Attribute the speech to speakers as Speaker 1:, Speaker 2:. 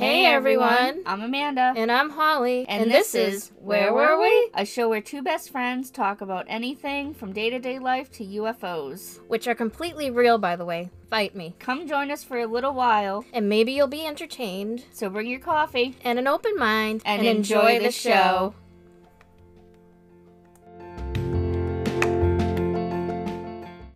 Speaker 1: everyone.
Speaker 2: I'm Amanda.
Speaker 1: And I'm Holly.
Speaker 2: A show where two best friends talk about anything from day to day life to UFOs.
Speaker 1: Which are completely real, by the way. Fight me.
Speaker 2: Come join us for a little while.
Speaker 1: And maybe you'll be entertained
Speaker 2: So bring your coffee
Speaker 1: and an open mind
Speaker 2: and, enjoy, the show.